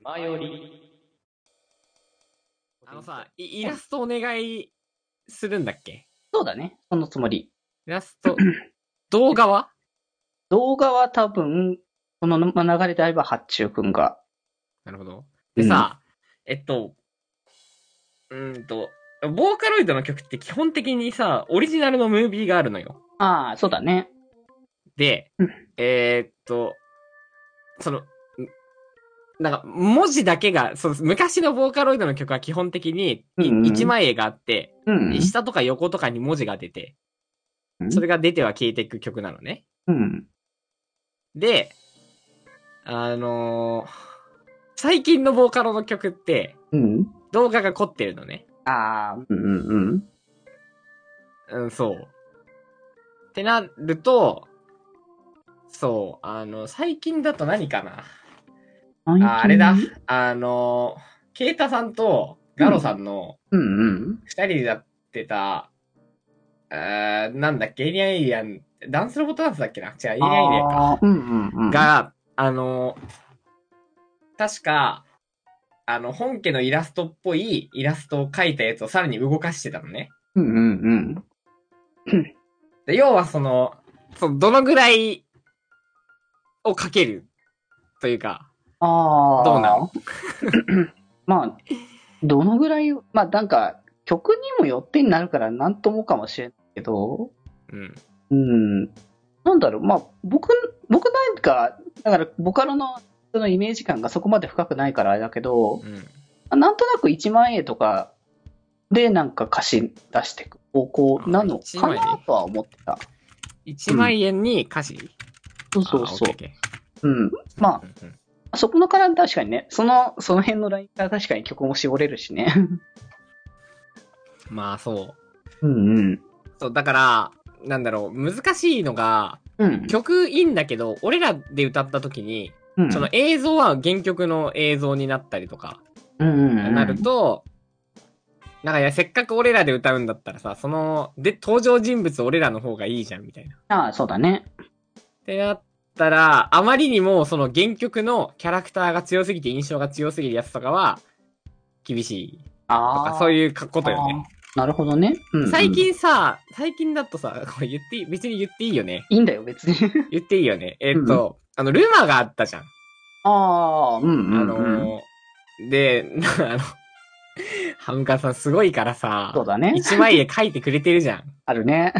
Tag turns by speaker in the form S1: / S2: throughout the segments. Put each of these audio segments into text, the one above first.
S1: マヨリ。
S2: あのさ、イイラストお願いするんだっけ
S1: そうだね。そのつもり。
S2: イラスト、動画は
S1: 動画は多分、この流れであれば、八中くんが。
S2: なるほど。
S1: うん
S2: でさ、えっと、うーんと、ボーカロイドの曲って基本的にさ、オリジナルのムービーがあるのよ。
S1: ああ、そうだね。
S2: で
S1: うん、
S2: えーっと、その、んなんか、文字だけが、そう昔のボーカロイドの曲は基本的に、い
S1: うんうん
S2: 一枚絵があって、
S1: うん。
S2: 下とか横とかに文字が出て
S1: う、ん
S2: それが出ては消えていく曲なのね。
S1: うん。
S2: で、あのー最近のボーカロの曲って、
S1: うん。
S2: 動画が凝ってるのね。
S1: ああ、うんうんうん。
S2: うん、そう。ってなると、そう、あの、最近だと何かな。ああれだ。あの、ケイタさんとガロさんの
S1: うんうん。
S2: 二人でやってた、あーなんだっけエイリアンエイリアン、ダンスロボットダンスだっけな違う、エイリアンエイリアンか。
S1: あーうんうんうん。、
S2: が、あの、確か、あの、本家のイラストっぽいイラストを描いたやつをさらに動かしてたのね。
S1: うんうん
S2: で要はその、そのどのぐらいを描けるというか、
S1: うん。ああ。
S2: どうなの
S1: まあ、どのぐらい、まあなんか、曲にもよってになるからなんともかもしれないけど、
S2: うん。
S1: うん。なんだろう、まあ、僕、僕なんか、だから、ボカロの、そのイメージ感がそこまで深くないからあれだけど、
S2: うん。
S1: なんとなく1万円とかでなんか歌詞出していく方向なのかなとは思ってた。
S2: 1万円に歌詞、
S1: そうそうそ
S2: あオッ
S1: う。
S2: ケー
S1: うん。ま
S2: オッケーうんうん
S1: あ、そこのから確かにね、その、その辺のラインから確かに曲も絞れるしね。
S2: まあそう。
S1: うんうん。
S2: そう、だから、なんだろう、難しいのが、
S1: うん。
S2: 曲いいんだけど、俺らで歌った時に、
S1: うん
S2: その映像は原曲の映像になったりとか、
S1: うんうんうん
S2: なると、なんかいや、せっかく俺らで歌うんだったらさ、その、で、登場人物俺らの方がいいじゃん、みたいな。っ
S1: ああ、そうだね。
S2: てなったら、あまりにもその原曲のキャラクターが強すぎて印象が強すぎるやつとかは、厳しいと
S1: あ
S2: か
S1: あ。、
S2: そう
S1: う
S2: いうかことよね。。
S1: なるほどね。うんうん
S2: 最。近さ、最近だとさ、これ言っていい、別に言っていいよね。
S1: いいんだよ、別に。
S2: 言っていいよね。えっ、と、あの、ルマがあったじゃん。
S1: ああ、うんうん、うん。
S2: あのーで、 なあの、ハムカツさんすごいからさ、
S1: そうだね。
S2: 一枚絵描いてくれてるじゃん。
S1: あるね。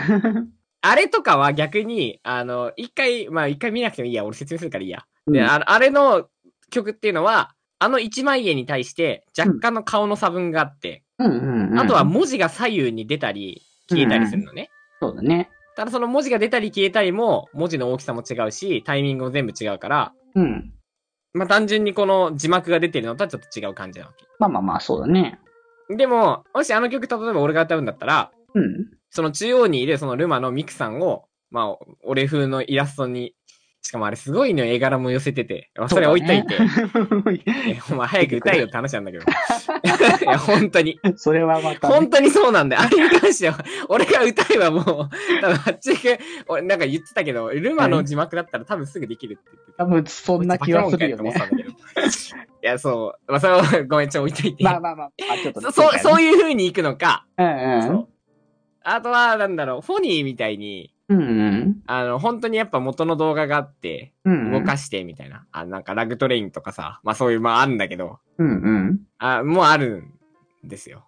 S2: あれとかは逆に、あの、一回、まあ一回見なくてもいいや、俺説明するからいいや。で、
S1: うん
S2: あのあれの曲っていうのは、あの一枚絵に対して若干の顔の差分があって、
S1: うんうんうん。
S2: あとは、文字が左右に出たり消えたりするのね。
S1: そうだね。
S2: ただその文字が出たり消えたりも、文字の大きさも違うし、タイミングも全部違うから、
S1: うん。
S2: まあ単純にこの字幕が出てるのとはちょっと違う感じなわ
S1: まあまあまあ、そうだね。
S2: け。でも、もしあの曲、例えば俺が歌うんだったら、
S1: うん。
S2: その中央にいるそのルマのミクさんを、まあ、俺風のイラストに、しかもあれすごいのよ絵柄も寄せてて、まあ、それは置いといて、え お前早く歌えよって話なんだけど。いや、本当に。
S1: それはまたね、
S2: 本当にそうなんだよ。あれに関しては、俺が歌えばもう、多分あっち行く、俺なんか言ってたけど、ルマの字幕だったら多分すぐできるって言って
S1: 多
S2: た。
S1: 分そんな気はするよ
S2: こい
S1: ね。
S2: つバカもんかよって思ってたんだけどいや、そう。まあ、それはごめん、ちょ、置いといて。
S1: まあまあまあ、あちょっとね、
S2: そそう、そう
S1: いう。
S2: いう風に行くのか。
S1: うん
S2: そうあとは、なんだろう、フォニーみたいに、
S1: うん。うん
S2: あの、本当にやっぱ元の動画があって、
S1: うん。
S2: 動かしてみたいな。あ、なんかラグトレインとかさ、まあそういう、まああるんだけど、
S1: うんうん。
S2: あ、もうあるんですよ。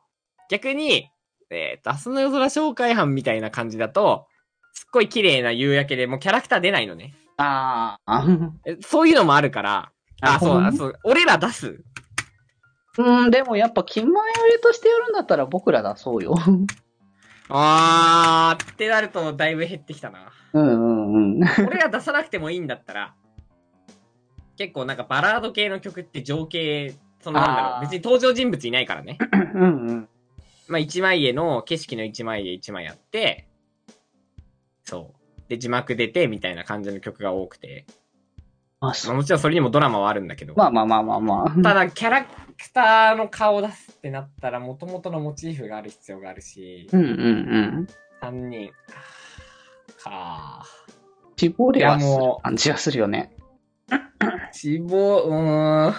S2: 逆に、えっ、と、明日の夜空紹介班みたいな感じだと、すっごい綺麗な夕焼けで、もうキャラクター出ないのね。
S1: ああ。
S2: えそういうのもあるから、あ、そう、あそう、俺ら出す。
S1: う。 うん、でもやっぱ、金前売りとしてやるんだったら僕ら出そうよ。
S2: あーってなると、だいぶ減ってき たな。
S1: うんうんうん。
S2: 俺ら出さなくてもいいんだったら、結構なんかバラード系の曲って情景、そのなんだろ
S1: あ
S2: う、
S1: ー
S2: 別に登場人物いないからね。
S1: うん うん。
S2: まあ一枚絵の景色の一枚絵一枚やって、そう。で、字幕出てみたいな感じの曲が多くて。
S1: あ、
S2: ま
S1: そ
S2: あ
S1: う。
S2: もちろんそれにもドラマはあるんだけど。
S1: まあまあまあまあまあ。
S2: ただ、キャラクターの顔を出すってなったら、元々のモチーフがある必要があるし
S1: う、んうんうん。
S2: 3人。かぁ。
S1: 絞りはす
S2: いや
S1: る
S2: もう
S1: 感じはするよね。
S2: 死亡、うーん。
S1: い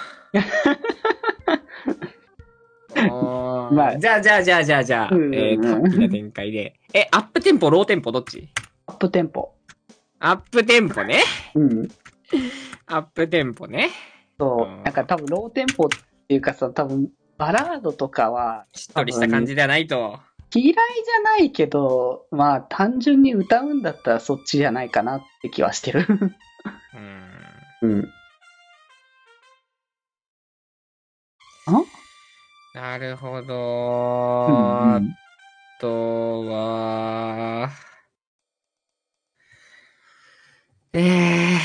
S2: おー
S1: まあ
S2: じゃあ、じゃあ、じゃあ、じゃあ、じゃあ、
S1: うんうんうん
S2: えー、ハッピーな展開で。え、アップテンポ、ローテンポ、どっち
S1: アップテンポ。
S2: アップテンポね。
S1: うん。
S2: アップテンポね。
S1: そうう。
S2: ん
S1: なんか多分ローテンポっていうかさ、多分バラードとかは
S2: しっとりした感じではないと。
S1: 嫌いじゃないけど、まあ単純に歌うんだったらそっちじゃないかなって気はしてる。
S2: うん。
S1: うん。
S2: なるほど
S1: う
S2: ー。
S1: ん
S2: あとは、えー、ちょっ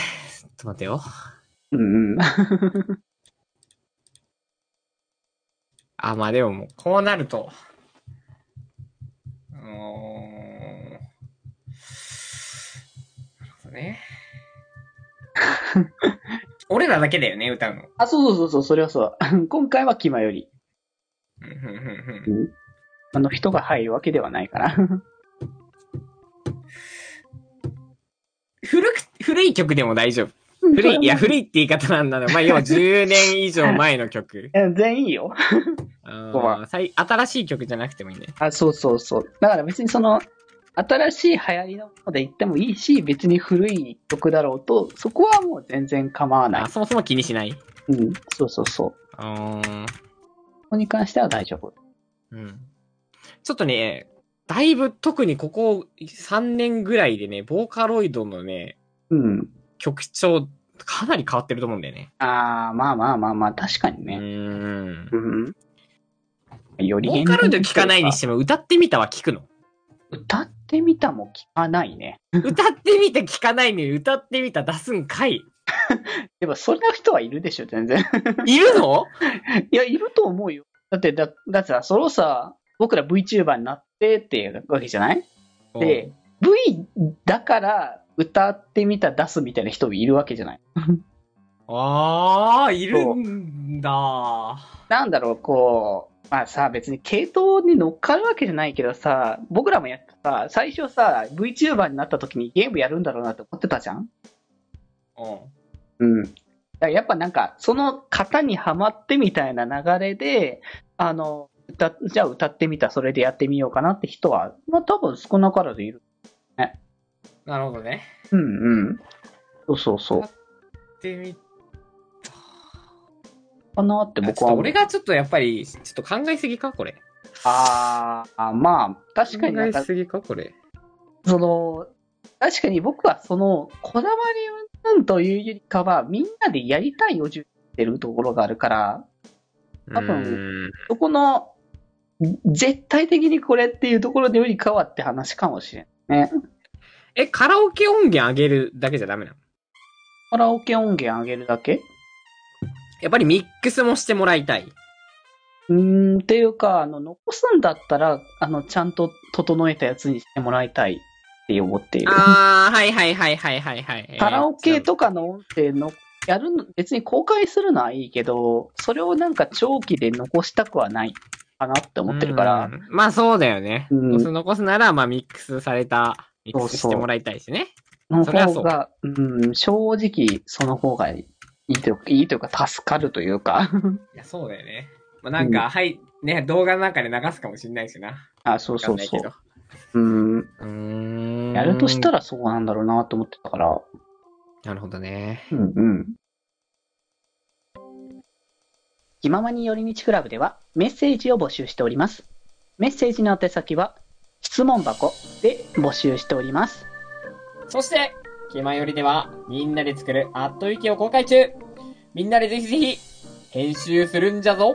S2: と待てよ。
S1: うん。うん。
S2: あ、まあでももう、こうなると。うーん。なるほどね。俺らだけだよね、歌うの。
S1: あ、そうそうそうそう、そ れはそう。今回はキマより。
S2: うんうんうんうん
S1: うんあの人が入るわけではない から。。
S2: 古く、古い曲でも大丈夫。古い、いや、古いって言い方なんだな。まあ、要は10年以上前の曲
S1: え 全員いいよ。こ
S2: あ
S1: は
S2: ーさい新しい曲じゃなくてもいいんだよ
S1: あ、そうそうそう。だから別にその、新しい流行りのもので言ってもいいし、別に古い曲だろうと、そこはもう全然構わない
S2: あ、。そもそも気にしない。
S1: うん、そうそうそう。
S2: あー
S1: ここに関しては大丈夫。
S2: うん。ちょっとね、だいぶ特にここ3年ぐらいでね、ボーカロイドのね、
S1: うん。
S2: 曲調かなり変わってると思うんだよね。
S1: ああ、まあまあまあまあ、確かに
S2: う
S1: ね。
S2: ーん。
S1: うん。より。
S2: ボーカロイド聞かないにしてても、歌ってみたは聞 くの。
S1: 歌ってみたも聞かないね。
S2: 歌ってみた聞かないのに、歌ってみた出すんかい。
S1: でも、そんな人はいるでしょ、全然。
S2: いるの
S1: いや、いると思うよ。だって、だ、だってさ、そのさ、僕ら VTuber になってっていうわけじゃない で、V だから歌ってみた出すみたいな人もいるわけじゃない。
S2: あー、いるんだ。
S1: なんだろう、こう、まあさ、別に系統に乗っかるわけじゃないけどさ、僕らもやってさ、最初さ、VTuber になった時にゲームやるんだろうなって思ってたじゃん
S2: うん。
S1: うん。だからやっぱなんか、その型にはまってみたいな流れで、あの、歌、じゃあ歌ってみた、それでやってみようかなって人は、まあ多分少なからずいる。
S2: なるほどね。
S1: うんうん。そうそうそう。
S2: 歌ってみ
S1: かなって
S2: あち
S1: 僕
S2: ょっ
S1: は
S2: と
S1: 思う。
S2: 俺がちょっとやっぱり、ちょっと考えすぎかこれ。
S1: あーあ、まあ、確かになん
S2: 考え
S1: か、
S2: すぎかこれ。
S1: その、確かに僕はその、こだわりうんというよりかは、みんなでやりたいを重視してるところがあるから、多分
S2: 分。
S1: そこの、絶対的にこれっていうところでよりかはって話かもしれんね。
S2: え、カラオケ音源上げるだけじゃダメなの
S1: カラオケ音源上げるだけ
S2: やっぱりミックスもしてもらいたい。
S1: うーん、っていうか、あの、残すんだったら、あの、ちゃんと整えたやつにしてもらいたいって思っている。
S2: あー、はいはいはいはいはいはい。
S1: カラオケ
S2: えー。
S1: とかの音声の、やるの、別に公開するのはいいけど、それをなんか長期で残したくはないかなって思ってるから、
S2: うん。まあそうだよね。
S1: うん
S2: 残す残すなら、まあミックスされた、ミックスしてもらいたいしね。
S1: の
S2: そりゃ
S1: 方
S2: そう
S1: が、うん、正直その方がいいというか、いいというか助かるというか、
S2: いや、そうだよね。まあなんか、はい、ね、動画の中で流すかもしれないしな。
S1: あ、そう
S2: わか
S1: そ
S2: ん
S1: う
S2: ない
S1: そ
S2: け
S1: う
S2: ど。。
S1: うん、
S2: うーん。
S1: やるとしたらそうなんだろうなと思ってたから、
S2: なるほどね。
S1: うんうん。気ままに寄り道クラブではメッセージを募集しております。メッセージの宛先は質問箱で募集しております。
S2: そして、気まよりでは、みんなで作るアットウィキを公開中みんなでぜひぜひ、編集するんじゃぞ